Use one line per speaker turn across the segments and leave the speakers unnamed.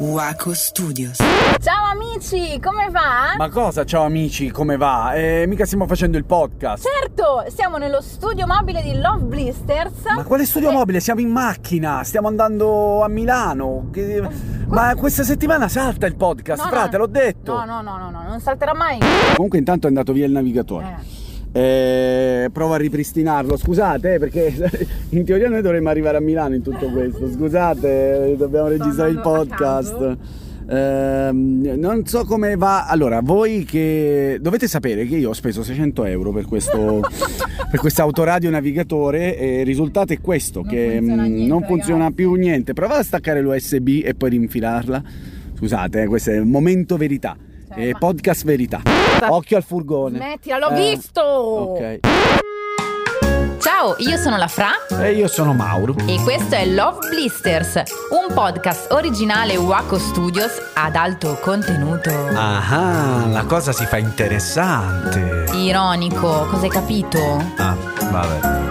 Waco Studios.
Ciao amici, come va?
Ma cosa, ciao amici, come va? Eh, mica stiamo facendo il podcast.
Certo, siamo nello studio mobile di Love Blisters.
Ma quale studio
Eh.
mobile? Siamo in macchina, stiamo andando a Milano. Che- Ma questa settimana salta il podcast,
No,
frate,
no.
l'ho detto.
No, no, no, no, no, non salterà mai.
Comunque intanto è andato via il navigatore.
Eh.
Eh, provo a ripristinarlo, scusate, eh, perché in teoria noi dovremmo arrivare a Milano in tutto questo. Scusate, eh, dobbiamo registrare il
andando a
podcast.
caso.
Ehm, non so come va. Allora, voi che dovete sapere che io ho speso 600 euro per questo per questo autoradio navigatore e il risultato è questo:
Non
che
funziona
mh,
niente,
non funziona
ragazzi.
più niente. Provate a staccare l'USB e poi rinfilarla. Scusate, eh, questo è il momento verità.
Cioè,
Eh,
ma-
podcast verità. Occhio al furgone.
Smettila, l'ho
Eh,
visto!
Ok.
Ciao, io sono la Fra
E io sono Mauro.
e questo è Love Blisters, un podcast originale Waco Studios ad alto contenuto.
Ah, la cosa si fa interessante.
Ironico, cosa hai capito?
Ah, vabbè.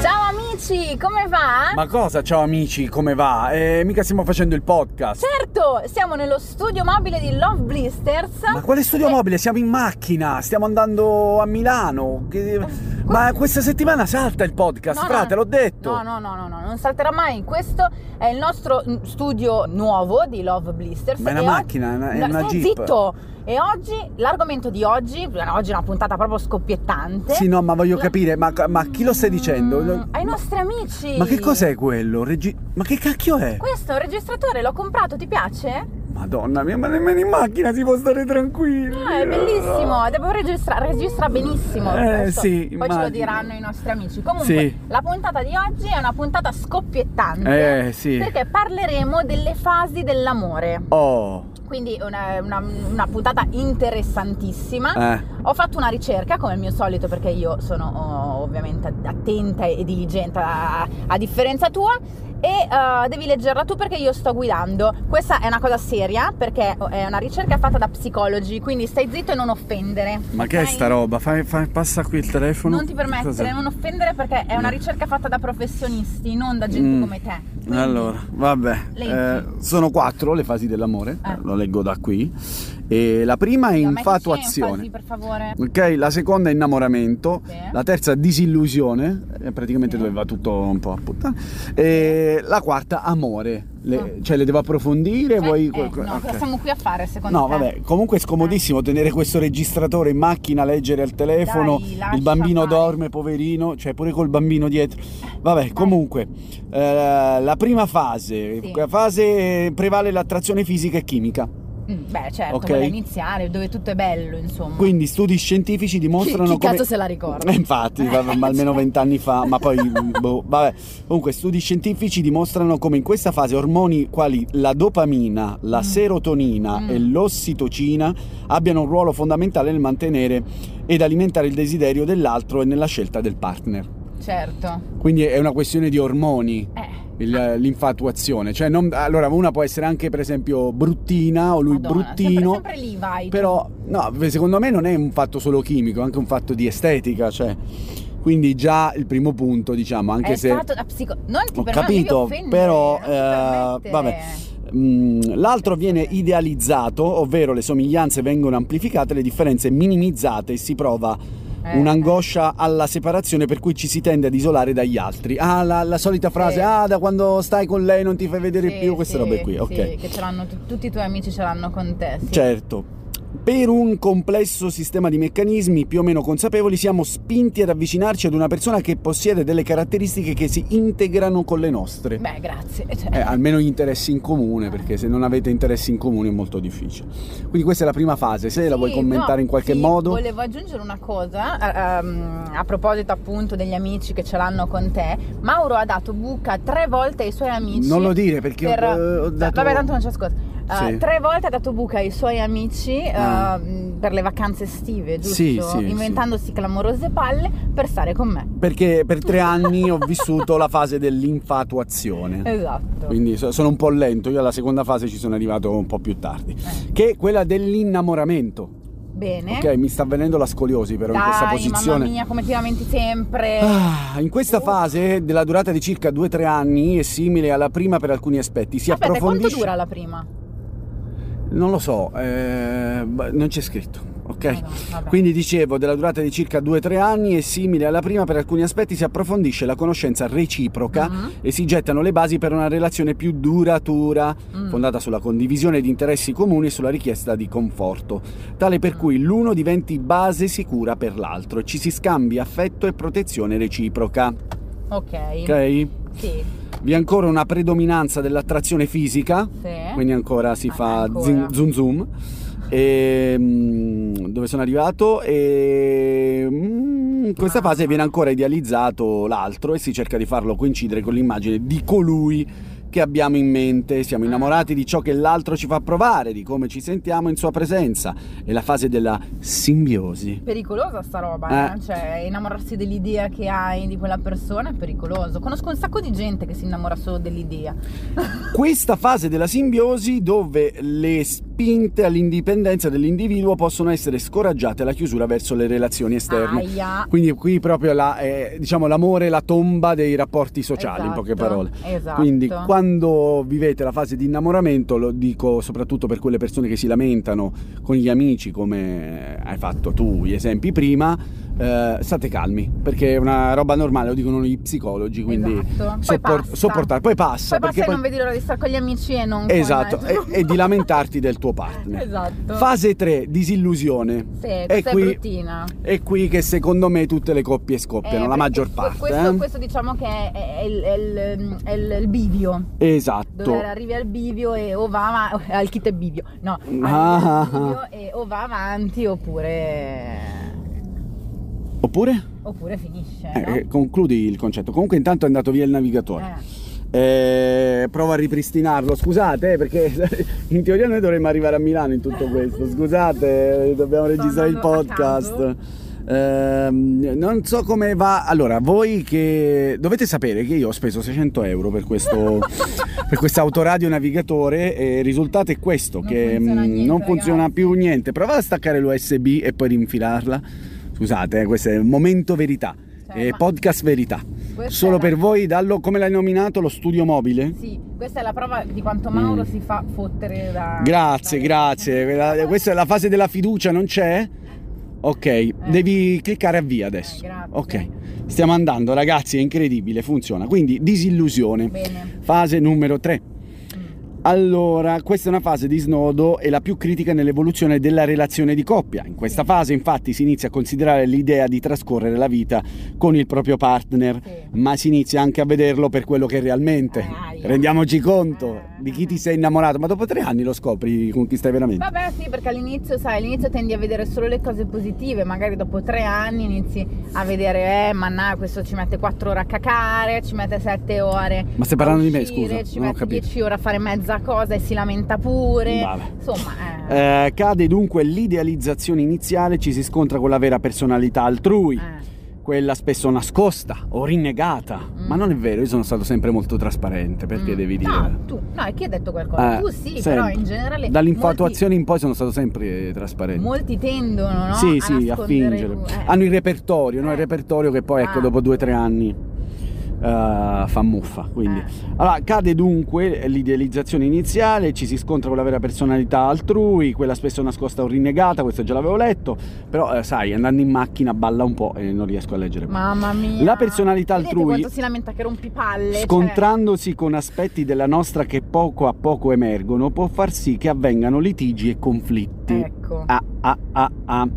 Ciao amici, come va?
Ma cosa, ciao amici, come va? Eh, mica stiamo facendo il podcast.
Certo, siamo nello studio mobile di Love Blisters.
Ma quale studio mobile? Siamo in macchina, stiamo andando a Milano. Che- Ma questa settimana salta il podcast,
No, no,
frate,
no.
l'ho detto.
No, no, no, no, no, non salterà mai. Questo è il nostro mm, studio nuovo di Love Blisters.
Ma è una
e
macchina, è una- è
No,
una
stai
Jeep.
zitto! E oggi, l'argomento di oggi, oggi è una puntata proprio scoppiettante.
Sì, no, ma voglio
La-
capire, ma, ma chi lo stai dicendo?
Mm, ai
Ma-
nostri amici.
Ma che cos'è quello? Regi- ma che cacchio è?
Questo è un registratore, l'ho comprato, ti piace?
Madonna mia, ma nemmeno in macchina si può stare tranquilli.
No, Ah, è bellissimo, devo registrare, registra benissimo.
Eh,
Adesso
sì,
Poi ce
immagino.
lo diranno i nostri amici. Comunque,
Sì.
la puntata di oggi è una puntata scoppiettante.
Eh, sì.
Perché parleremo delle fasi dell'amore.
Oh,
Quindi è una, una- una puntata interessantissima.
eh.
Ho fatto una ricerca come al mio solito perché io sono oh, ovviamente attenta e diligente a, a differenza tua e eh, devi leggerla tu perché io sto guidando. Questa è una cosa seria perché oh, è una ricerca fatta da psicologi, quindi stai zitto e non offendere.
Ma che
ok?
è sta roba? Fai, fai- passa qui il telefono.
Non ti permettere,
Cos'è?
non offendere perché è una ricerca fatta da professionisti, non da gente
Mm.
come te. Quindi,
Allora, vabbè,
Leggi.
eh, sono quattro le fasi dell'amore,
Eh.
lo leggo da qui. E la prima
a
è
me dici enfasi,
infatuazione.
per favore.
Ok, la seconda è innamoramento,
Sì.
la terza disillusione, è praticamente
Sì.
dove va tutto un po' a puttana, e la quarta amore, Le- cioè le devo approfondire,
Ah. Cioè,
vuoi...
eh, no,
ok.
cosa siamo qui a fare secondo
No,
te? Eh.
vabbè, comunque è scomodissimo tenere questo registratore in macchina, leggere al telefono,
Dai, lascia
il bambino
fare.
dorme, poverino, cioè pure col bambino dietro. Vabbè, comunque, eh, la prima fase,
Sì.
la fase prevale l'attrazione fisica e chimica.
Mm, Beh, certo,
Ok.
quella iniziale, dove tutto è bello, insomma.
Quindi studi scientifici dimostrano
chi
come...
cazzo se la ricorda?
Eh, Infatti, vabbè, ma almeno vent'anni fa, ma poi... boh, vabbè. Comunque, studi scientifici dimostrano come in questa fase ormoni quali la dopamina, la serotonina
Mm.
e l'ossitocina abbiano un ruolo fondamentale nel mantenere ed alimentare il desiderio dell'altro e nella scelta del partner.
Certo.
Quindi è una questione di ormoni.
Eh.
il- l'infatuazione, cioè non- allora una può essere anche per esempio bruttina o lui
Madonna,
bruttino,
Sempre, sempre lì vai.
però, no, secondo me non è un fatto solo chimico, è anche un fatto di estetica, cioè. Quindi già il primo punto, diciamo, anche
è
se...
stato da psico... Non ti
Ho
permetto,
capito,
non devi offendere,
però,
non ti
eh,
permettere.
vabbè. Mm, L'altro viene idealizzato, ovvero le somiglianze vengono amplificate, le differenze minimizzate e si prova
Eh,
un'angoscia alla separazione per cui ci si tende ad isolare dagli altri. Ah, la, la solita frase,
Sì.
ah, da quando stai con lei non ti fai vedere
sì,
più, queste
sì,
robe qui,
sì,
ok.
che ce l'hanno tu- tutti i tuoi amici ce l'hanno con te. sì.
Certo. Per un complesso sistema di meccanismi più o meno consapevoli siamo spinti ad avvicinarci ad una persona che possiede delle caratteristiche che si integrano con le nostre.
Beh, grazie.
Eh,
Cioè,
almeno gli interessi in comune, perché se non avete interessi in comune è molto difficile. Quindi questa è la prima fase, se la
sì,
vuoi commentare
no,
in qualche
sì,
modo.
Volevo aggiungere una cosa eh, ehm, a proposito appunto degli amici che ce l'hanno con te. Mauro ha dato buca tre volte ai suoi amici.
Non lo dire perché
per-
ho, ho dato...
Vabbè, tanto non ci ascolta. Eh,
Sì.
Tre volte ha dato buca ai suoi amici eh,
Ah.
mh, per le vacanze estive, giusto?
Sì, sì,
Inventandosi clamorose palle per stare con me.
Perché per tre anni ho vissuto la fase dell'infatuazione.
Esatto.
Quindi so- sono un po' lento, io alla seconda fase ci sono arrivato un po' più tardi.
Eh,
Che è quella dell'innamoramento.
bene.
Ok, mi sta avvenendo la scoliosi però in
Dai,
questa
mamma
posizione.
mia, Oh. come ti lamenti sempre.
Ah, in questa fase, della durata di circa 2-3 anni, è simile alla prima per alcuni aspetti. Si
Aspetta, quanto
approfondisce.
dura la prima?
Non lo so, eh, b- non c'è scritto. Ok?
Ah, Vabbè, vabbè.
Quindi dicevo, della durata di circa 2-3 anni è simile alla prima, per alcuni aspetti si approfondisce la conoscenza reciproca
Mhm,
e si gettano le basi per una relazione più duratura,
mm.
fondata sulla condivisione di interessi comuni e sulla richiesta di conforto, tale per cui l'uno diventi base sicura per l'altro e ci si scambi affetto e protezione reciproca.
Ok.
Ok?
Sì,
Vi è ancora una predominanza dell'attrazione fisica,
sì.
quindi ancora si
Ah,
fa
ancora.
zin- zoom zoom. E, mm, dove sono arrivato? E, mm, in questa fase viene ancora idealizzato l'altro e si cerca di farlo coincidere con l'immagine di colui che abbiamo in mente.
Ah.
Siamo innamorati di ciò che l'altro ci fa provare, di come ci sentiamo in sua presenza. È la fase della simbiosi.
pericolosa sta roba, eh.
Eh.
cioè innamorarsi dell'idea che hai di quella persona è pericoloso. Conosco un sacco di gente che si innamora solo dell'idea.
Questa fase della simbiosi dove le spinte all'indipendenza dell'individuo possono essere scoraggiate alla chiusura verso le relazioni esterne.
Aia.
Quindi qui proprio la, eh, diciamo, l'amore è la tomba dei rapporti sociali, in poche
Esatto,
parole.
Esatto.
Quindi quando vivete la fase di innamoramento, lo dico soprattutto per quelle persone che si lamentano con gli amici, come hai fatto tu gli esempi prima, eh, state calmi, perché è una roba normale, lo dicono gli psicologi, quindi
Esatto. Poi
soppor-
passa.
sopportare, poi
Poi
passa.
passa
perché
e non vedi l'ora di stare con gli amici e non con-
Esatto, e, e di lamentarti del tuo partner.
Esatto.
Fase 3, disillusione.
Sì,
E
questa è
qui-
bruttina.
È qui che secondo me tutte le coppie
Eh,
scoppiano, la
perché
maggior
que-
parte.
Questo,
eh.
questo diciamo che è, è il, è il- è il- il bivio.
Esatto.
Dove arrivi al bivio e o va avanti. Al kit è bivio. No. arrivi
Ah.
al bivio e o va avanti oppure.
Oppure?
Oppure finisce.
Eh,
no?
eh, concludi il concetto. Comunque intanto è andato via il navigatore.
Eh.
Eh, provo a ripristinarlo. Scusate, eh, perché in teoria noi dovremmo arrivare a Milano in tutto questo. Scusate, eh, dobbiamo
Sto
registrare il
andando a
podcast. Ehm, non so come va. Allora, voi che dovete sapere che io ho speso 600 euro per questo per questo autoradio navigatore e il risultato è questo
Non
che
funziona
mh,
niente,
non funziona
ragazzi.
più niente. Provate a staccare l'USB e poi rinfilarla. Scusate, eh, questo è il momento verità.
Cioè,
eh,
ma-
podcast verità.
Questa
Solo
è la-
per voi, dallo, come l'hai nominato, lo studio mobile?
Sì, questa è la prova di quanto Mauro
Mm.
si fa fottere da.
Grazie,
da-
grazie. Quella- Questa è la fase della fiducia, non c'è? Ok, devi cliccare avvia adesso.
Eh, grazie.
ok, stiamo andando ragazzi, è incredibile, funziona. Quindi disillusione.
Bene. Mm,
Fase numero 3. Allora, questa è una fase di snodo e la più critica nell'evoluzione della relazione di coppia. In questa fase, infatti, si inizia a considerare l'idea di trascorrere la vita con il proprio partner,
Sì.
ma si inizia anche a vederlo per quello che è realmente.
Aia.
Rendiamoci conto di chi
Ah.
ti sei innamorato, ma dopo tre anni lo scopri con chi stai veramente.
Vabbè, sì, perché all'inizio, sai, all'inizio tendi a vedere solo le cose positive, magari dopo tre anni inizi a vedere, eh, mannà, questo ci mette quattro ore a cacare, ci mette sette ore.
Ma stai parlando
a
di me,
uscire,
scusa,
Ci
non ho
mette
capito.
dieci ore a fare mezza cosa e si lamenta pure.
Vabbè.
Insomma, eh.
Eh, cade dunque l'idealizzazione iniziale, ci si scontra con la vera personalità altrui.
eh.
quella spesso nascosta o rinnegata.
Mm.
Ma non è vero, io sono stato sempre molto trasparente, perché
Mm.
devi dire.
No, tu, no, è chi ha detto qualcosa?
Eh,
tu sì, però
sempre.
in generale.
Dall'infatuazione in poi sono stato sempre eh, trasparente.
Molti, molti tendono, no?
sì,
a
sì, a
nascondere-
fingere.
eh.
Hanno il repertorio, no?
Eh.
Il repertorio che poi, ecco,
Ah.
dopo due o tre anni eh, fa muffa. Quindi.
Eh.
Allora, cade dunque l'idealizzazione iniziale, ci si scontra con la vera personalità altrui, quella spesso nascosta o rinnegata, questo già l'avevo letto, però eh, sai, andando in macchina balla un po' e non riesco a leggere.
Mamma mia.
La personalità
Vedete
altrui-
quanto si lamenta che rompi palle. cioè-
Scontrandosi con aspetti della nostra che poco a poco emergono, può far sì che avvengano litigi e conflitti.
Ecco.
Ah, ah, ah, ah.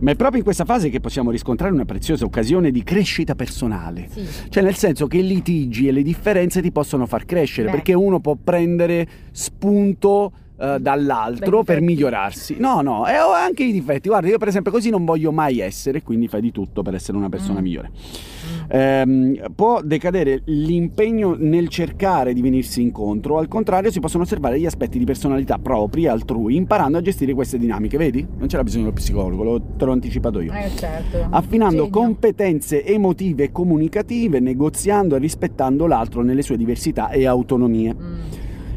Ma è proprio in questa fase che possiamo riscontrare una preziosa occasione di crescita personale.
Sì.
Cioè, nel senso che i litigi e le differenze ti possono far crescere,
Beh.
perché uno può prendere spunto eh, dall'altro
Dai
per
difetti.
migliorarsi. No, no, e ho anche i difetti. Guarda, io per esempio così non voglio mai essere, quindi fai di tutto per essere una persona
Mm.
migliore. Ehm, può decadere l'impegno nel cercare di venirsi incontro, al contrario si possono osservare gli aspetti di personalità propri e altrui imparando a gestire queste dinamiche, vedi? Non c'era bisogno dello psicologo, lo- te l'ho anticipato io.
Eh, certo.
Affinando
Genio.
competenze emotive e comunicative, negoziando e rispettando l'altro nelle sue diversità e autonomie.
Mm.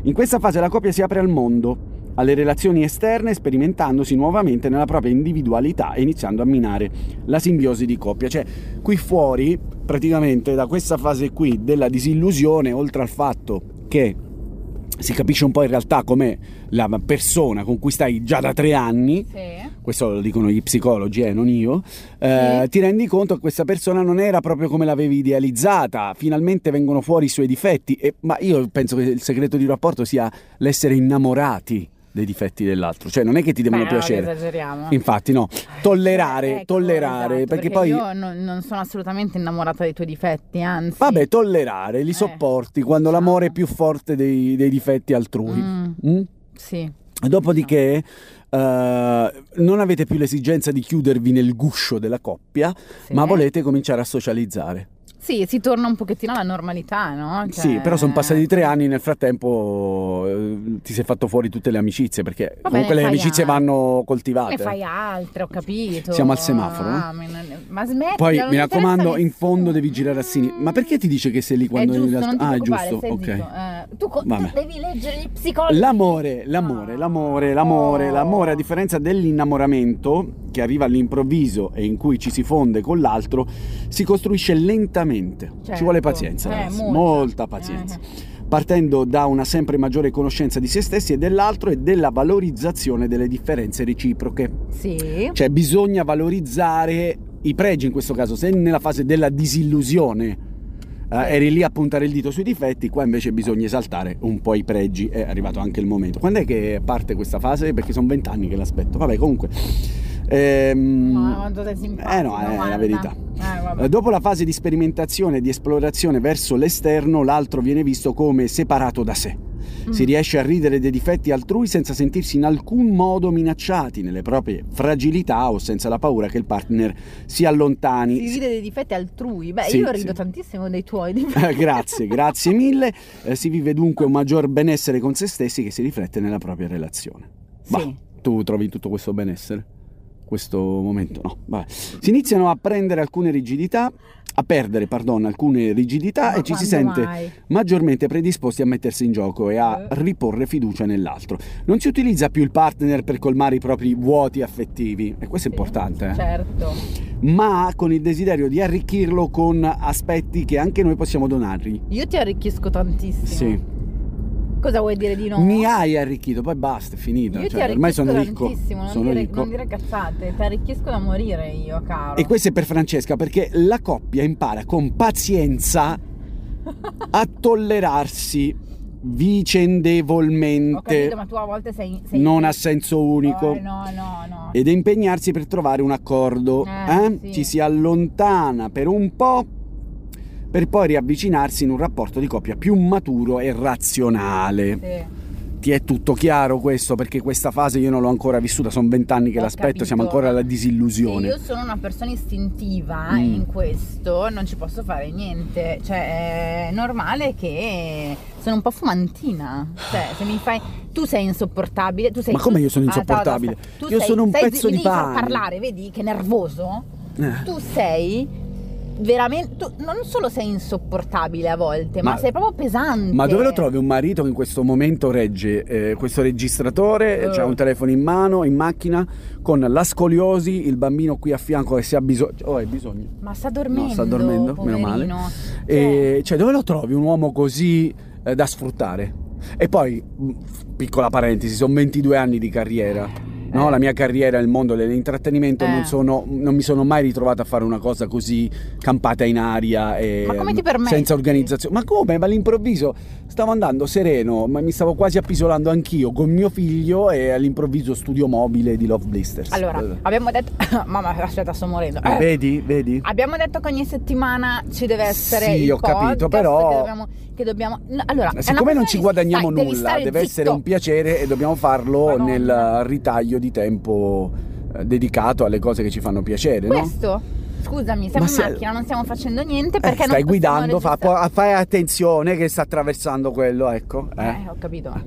In questa fase la coppia si apre al mondo, alle relazioni esterne, sperimentandosi nuovamente nella propria individualità e iniziando a minare la simbiosi di coppia. Cioè, qui fuori, praticamente da questa fase qui della disillusione, oltre al fatto che si capisce un po' in realtà come la persona con cui stai già da tre anni,
Sì.
questo lo dicono gli psicologi, eh, non io, eh, ti rendi conto che questa persona non era proprio come l'avevi idealizzata, finalmente vengono fuori i suoi difetti, e- ma io penso che il segreto di un rapporto sia l'essere innamorati dei difetti dell'altro, cioè non è che ti devono
Beh, no, che
piacere.
esageriamo.
Infatti no,
Eh,
tollerare,
ecco,
tollerare,
esatto,
perché, poi...
Io non, non sono assolutamente innamorata dei tuoi difetti, anzi.
Vabbè, tollerare, li
Eh, Esatto.
sopporti quando l'amore è più forte dei, dei difetti altrui.
Mm,
Mm?
sì.
Dopodiché eh, non avete più l'esigenza di chiudervi nel guscio della coppia,
Sì.
ma volete cominciare a socializzare.
Sì, si torna un pochettino alla normalità, no? Cioè-
Sì, però sono passati tre anni, nel frattempo eh, ti sei fatto fuori tutte le amicizie, perché
Vabbè,
comunque
ne
le
fai
amicizie
altre.
vanno coltivate.
Ne fai altre, ho capito.
Siamo al semaforo,
Ah, mi- ma smetti.
Poi mi raccomando, in fondo devi girare a sinistra. Ma perché ti dice che sei lì quando
è giusto,
in realtà.
non
ah, è
ti preoccupare,
giusto,
stai
ok.
zitto. Eh, tu, co- tu
Vabbè.
devi leggere gli psicologi.
L'amore, l'amore,
Ah.
l'amore, l'amore,
Oh.
l'amore, a differenza dell'innamoramento che arriva all'improvviso e in cui ci si fonde con l'altro, si costruisce lentamente. Ci
Certo.
vuole pazienza,
Eh,
ragazzi,
molta.
molta. pazienza.
Eh.
Partendo da una sempre maggiore conoscenza di se stessi e dell'altro e della valorizzazione delle differenze reciproche.
Sì.
Cioè bisogna valorizzare i pregi in questo caso, se nella fase della disillusione eh, eri lì a puntare il dito sui difetti, qua invece bisogna esaltare un po' i pregi, è arrivato anche il momento. Quando è che parte questa fase? Perché sono vent'anni che l'aspetto. Vabbè, comunque... Ehm,
Ma quanto sei simpatico,
eh no, è
guarda.
la verità.
Eh, vabbè.
Eh, Dopo la fase di sperimentazione e di esplorazione verso l'esterno, l'altro viene visto come separato da sé. Si
Mm.
riesce a ridere dei difetti altrui senza sentirsi in alcun modo minacciati nelle proprie fragilità o senza la paura che il partner si allontani.
Si ride dei difetti altrui. Beh,
Sì,
io rido
sì.
tantissimo dei tuoi
Eh,
difetti.
grazie, grazie mille. Eh, si vive dunque un maggior benessere con se stessi che si riflette nella propria relazione. Bah,
Sì.
tu trovi tutto questo benessere? Questo momento no. Vabbè. Si iniziano a prendere alcune rigidità, a perdere, pardon, alcune rigidità
Ma
e ci si
quando
sente
mai?
maggiormente predisposti a mettersi in gioco e a
Eh.
riporre fiducia nell'altro. Non si utilizza più il partner per colmare i propri vuoti affettivi, e questo è
Sì,
importante, eh.
Certo.
ma con il desiderio di arricchirlo con aspetti che anche noi possiamo donargli.
Io ti arricchisco tantissimo.
Sì.
Cosa vuoi dire di no?
Mi hai arricchito, poi basta, è finita.
Io ti
Cioè, ormai
arricchisco
sono ricco.
tantissimo, non,
sono
dire,
ricco.
non dire cazzate, ti arricchisco da morire io, caro.
E questo è per Francesca perché la coppia impara con pazienza a tollerarsi vicendevolmente.
Ho capito, ma tu a volte sei... sei
non a senso unico.
Eh, no, no, no.
Ed impegnarsi per trovare un accordo.
Eh,
eh?
sì.
Ci si allontana per un po' per poi riavvicinarsi in un rapporto di coppia più maturo e razionale.
Sì.
Ti è tutto chiaro questo? Perché questa fase io non l'ho ancora vissuta, sono vent'anni che
Ho
l'aspetto,
capito.
siamo ancora alla disillusione.
Sì, io sono una persona istintiva
Mm.
in questo, non ci posso fare niente. Cioè, è normale che sono un po' fumantina. Cioè, se mi fai. Tu sei insopportabile. Tu sei
Ma come io sono
Ah, aspetta,
insopportabile?
aspetta. Tu
Io
sei-
sono un
sei-
pezzo
mi
di
devi far
pane.
parlare, vedi che nervoso?
Eh.
Tu sei. Veramente, tu non solo sei insopportabile a volte, ma,
Ma-
sei proprio pesante.
Ma dove lo trovi un marito che in questo momento regge eh, questo registratore,
Eh.
c'ha un telefono in mano, in macchina, con la scoliosi, il bambino qui a fianco che se ha bisogno... Oh, hai bisogno?
Ma sta dormendo.
No, sta dormendo, meno male.
poverino.
E, cioè, dove lo trovi un uomo così eh, da sfruttare? E poi, mh, piccola parentesi, sono 22 anni di carriera. No,
Eh.
la mia carriera, il mondo dell'intrattenimento,
Eh.
non, sono- non mi sono mai ritrovata a fare una cosa così campata in aria e
Ma come ti permetti?
senza organizzazione. Ma come? Ma all'improvviso stavo andando sereno, ma mi stavo quasi appisolando anch'io con mio figlio e all'improvviso studio mobile di Love Blisters.
Allora, abbiamo detto. Mamma, aspetta, sto morendo.
Eh, vedi, vedi?
Abbiamo detto che ogni settimana ci deve essere
Sì,
il
ho capito,
podcast
però-
che dobbiamo, che dobbiamo- no, allora, è una
Siccome non
questione
ci
di-
guadagniamo
stai- devi
nulla,
stare
deve essere
zitto.
un piacere e dobbiamo farlo
Madonna.
nel ritaglio di tempo eh, dedicato alle cose che ci fanno piacere, no?
Questo? Scusami, siamo
Ma
in
se-
macchina, non stiamo facendo niente
Eh,
perché non
stai
possiamo
guidando, fa-
registrare.
po- fai attenzione che sta attraversando quello, ecco. eh.
Eh, ho capito.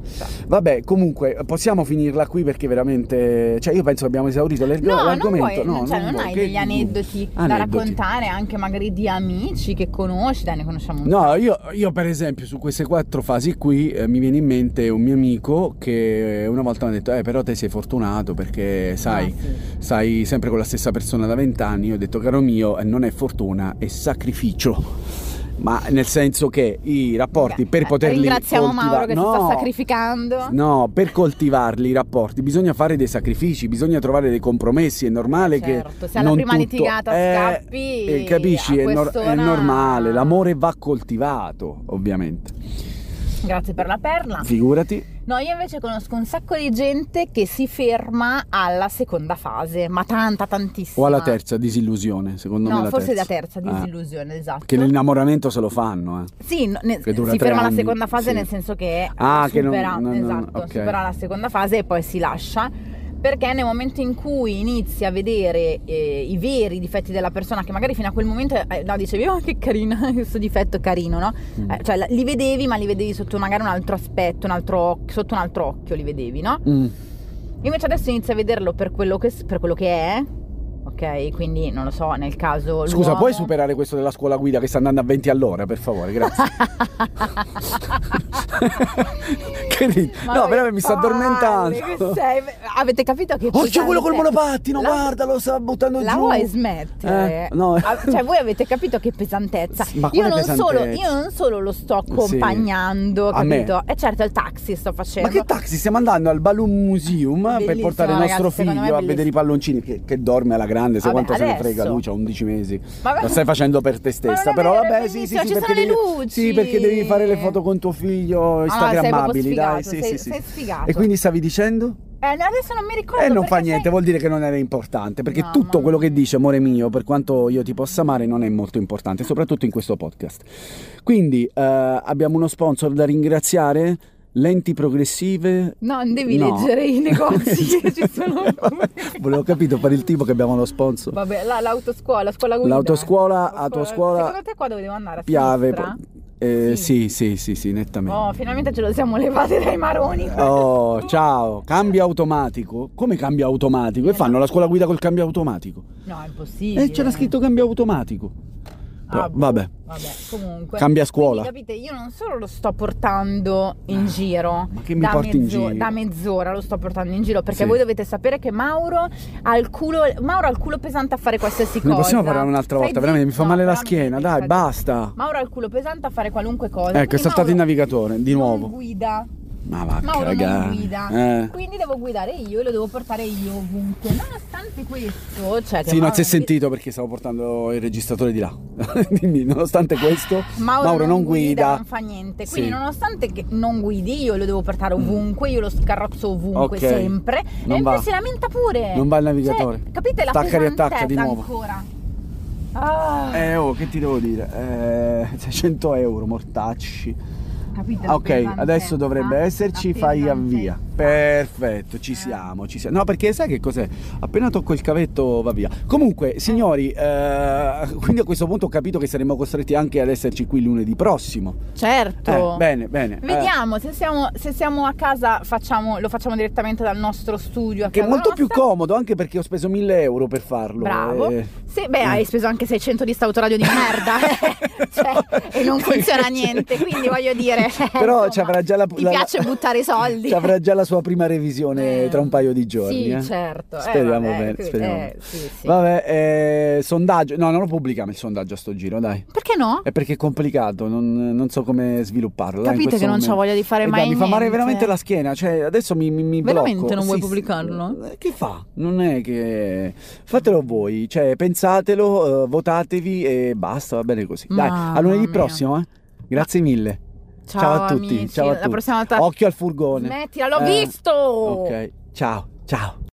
Vabbè, comunque possiamo finirla qui perché veramente, cioè io penso abbiamo esaurito l'erg-
No, non
l'argomento.
vuoi, non, cioè, non
vuoi,
hai
che-
degli aneddoti, da
Aneddoti.
raccontare anche magari di amici che conosci, dai, ne conosciamo un
No, io, io per esempio su queste quattro fasi qui eh, mi viene in mente un mio amico che una volta mi ha detto, eh però te sei fortunato perché sai,
Ah, sì.
stai sempre con la stessa persona da vent'anni. Io ho detto, caro mio, eh, non è fortuna, è sacrificio. Ma nel senso che i rapporti per
Beh, eh,
poterli
Ringraziamo Mauro che si sta
sacrificando
sacrificando.
No, per coltivarli i rapporti bisogna fare dei sacrifici, bisogna trovare dei compromessi, è normale
Certo,
che...
se alla
non
prima
tutto-
litigata
eh,
scappi,
eh, capisci,
a
è, nor-
quest'ora-
è normale, l'amore va coltivato, ovviamente.
Grazie per la perla.
Figurati.
No, io invece conosco un sacco di gente che si ferma alla seconda fase, ma tanta, tantissima.
O alla terza disillusione, secondo me
Ah. No,
la
forse
terza.
la terza
Ah,
disillusione, esatto.
Che nell'innamoramento se lo fanno, eh.
Sì, no, ne-
che dura
si
tre
ferma alla
anni,
seconda fase
sì.
nel senso che
Ah, che non-
supera,
no, no, no,
esatto,
ok.
supera la seconda fase e poi si lascia. Perché nel momento in cui inizi a vedere eh, i veri difetti della persona, che magari fino a quel momento eh, no, dicevi, oh che carina, questo difetto carino, no?
Mm.
Eh, cioè la- li vedevi, ma li vedevi sotto magari un altro aspetto, un altro oc- sotto un altro occhio li vedevi, no?
Mm.
Invece adesso inizi a vederlo per quello che, per quello che è, ok? Quindi non lo so, nel caso.
Scusa,
l'uomo-
puoi superare questo della scuola guida che sta andando a 20 all'ora, per favore? Grazie. Che ridi?
Ma
no,
che
veramente mi sta
palle,
addormentando.
che sei- Avete capito che.
Oh, c'è quello col
pesante-
monopattino,
La-
guarda, lo sta buttando
La
giù.
vuoi smettere?
Eh, no.
Ah, Cioè, voi avete capito che pesantezza.
S- ma
io,
quale
non Solo,
pesantezza?
io non solo lo sto accompagnando,
Sì. A me?
capito? E certo, il taxi sto facendo.
Ma che taxi? Stiamo andando al Balloon Museum per
Bellissimo,
portare il
ragazzi,
nostro
secondo me è
figlio a vedere
bellissimo.
i palloncini che, che dorme alla grande,
Vabbè,
sai quanto se ne
adesso.
frega lui, ha 11 mesi.
Ma-
Lo stai facendo per te stessa,
non è
però
vero, è
vabbè, sì, sì,
bellissimo,
sì,
ci
perché
sono le
devi,
luci.
sì, perché devi fare le foto con tuo figlio
Ah, sei proprio
instagrammabili,
sfigato,
dai, sì,
sei-
sì, sì.
sei sfigato.
E quindi stavi dicendo?
Eh, no, adesso non mi ricordo.
E non
perché
fa niente,
sai-
vuol dire che non era importante, perché
No,
tutto
mamma
quello che
mia.
dice amore mio, per quanto io ti possa amare, non è molto importante, soprattutto in questo podcast. Quindi eh, abbiamo uno sponsor da ringraziare, Lenti Progressive.
No, non devi
No.
leggere i negozi che ci sono.
Volevo capito per il tipo che abbiamo lo sponsor.
Vabbè, la- l'autoscuola, scuola guida.
L'autoscuola, autoscuola-
Secondo te qua dove devo andare? A
Piave.
sinistra?
eh,
Sì.
sì. sì, sì, sì, nettamente.
Oh, finalmente ce lo siamo levati dai maroni.
Oh, ciao, cambio automatico. Come cambio automatico? E fanno la scuola guida col cambio automatico.
No, è impossibile.
E c'era scritto cambio automatico. Però,
Ah, boh,
vabbè.
Vabbè, comunque.
Cambia scuola. Eh,
Quindi, capite, io non solo lo sto portando in giro.
ma che mi
da
porti in
mezzo-
giro?
Da mezz'ora lo sto portando in giro perché
Sì.
voi dovete sapere che Mauro ha il culo, Mauro ha il culo pesante a fare qualsiasi
Ne
cosa.
possiamo parlare un'altra
Stai
volta, veramente mi fa
zitto,
male la
veramente,
schiena, dai,
stai
basta.
zitto. Mauro ha il culo pesante a fare qualunque cosa.
Ecco, è
quindi
saltato il
Mauro
navigatore, di
Non
nuovo.
guida.
Ma va,
Mauro
cagare.
non guida.
Eh.
Quindi devo guidare io e lo devo portare io ovunque. Nonostante questo, cioè che Mauro
Sì, non si
non
è
guida-
sentito perché stavo portando il registratore di là. Quindi, nonostante questo,
Mauro, non, guida,
guida.
non fa niente. Quindi,
Sì.
nonostante che non guidi, io lo devo portare ovunque, io lo scarrozzo ovunque,
Ok.
sempre.
Non
e
va.
poi si lamenta pure.
Non va il navigatore.
Cioè, capite la
Attacca e riattacca
pesantezza
di nuovo.
ancora. Ah,
Eh, oh, che ti devo dire? Eh, 600 euro, mortacci.
capite la
Ah, Ok,
pesantezza,
adesso dovrebbe
la
esserci, fai avvia.
pesantezza.
Perfetto,
Eh.
ci siamo, ci siamo. No, perché sai che cos'è? Appena tocco il cavetto va via. Comunque, signori, eh, quindi a questo punto ho capito che saremo costretti anche ad esserci qui lunedì prossimo. Eh,
Certo.
bene, bene. eh.
Vediamo, se, siamo, se siamo a casa facciamo- lo facciamo direttamente dal nostro studio. A
Che è
casa
molto più
nostra.
comodo, anche perché ho speso 1000 euro per farlo.
Bravo.
eh.
Sì, beh, hai speso anche 600 di st'autoradio di merda. Cioè, e non funziona niente. Quindi voglio dire.
Però
insomma,
ci avrà già la,
Ti
la-
piace buttare i soldi.
Ci avrà già la sua prima revisione
Eh,
tra un paio di giorni.
Sì,
eh.
certo. Eh,
Speriamo
vabbè,
bene.
quindi,
speriamo.
eh, sì, sì.
Vabbè, eh, sondaggio. No, non lo pubblichiamo il sondaggio a sto giro, dai.
Perché no?
È perché è complicato, non, non so come svilupparlo. dai, Eh, in
Capite
questo
che non c'ho
momento.
voglia di fare
Eh,
mai
dai, mi fa male
niente.
veramente la schiena, cioè adesso mi, mi, mi
Veramente
blocco.
non vuoi
sì,
pubblicarlo?
eh, Che fa? Non è che... Fatelo voi, cioè pensatelo, eh, votatevi e basta, va bene così. Dai,
Mamma
a lunedì
mia. Ah,
prossimo, eh. Grazie mille.
Ciao,
a tutti, Eh.
amici,
ciao a
La
tutti.
prossima volta.
Occhio al furgone.
Smettila, l'ho
Eh,
visto.
Ok, ciao, ciao.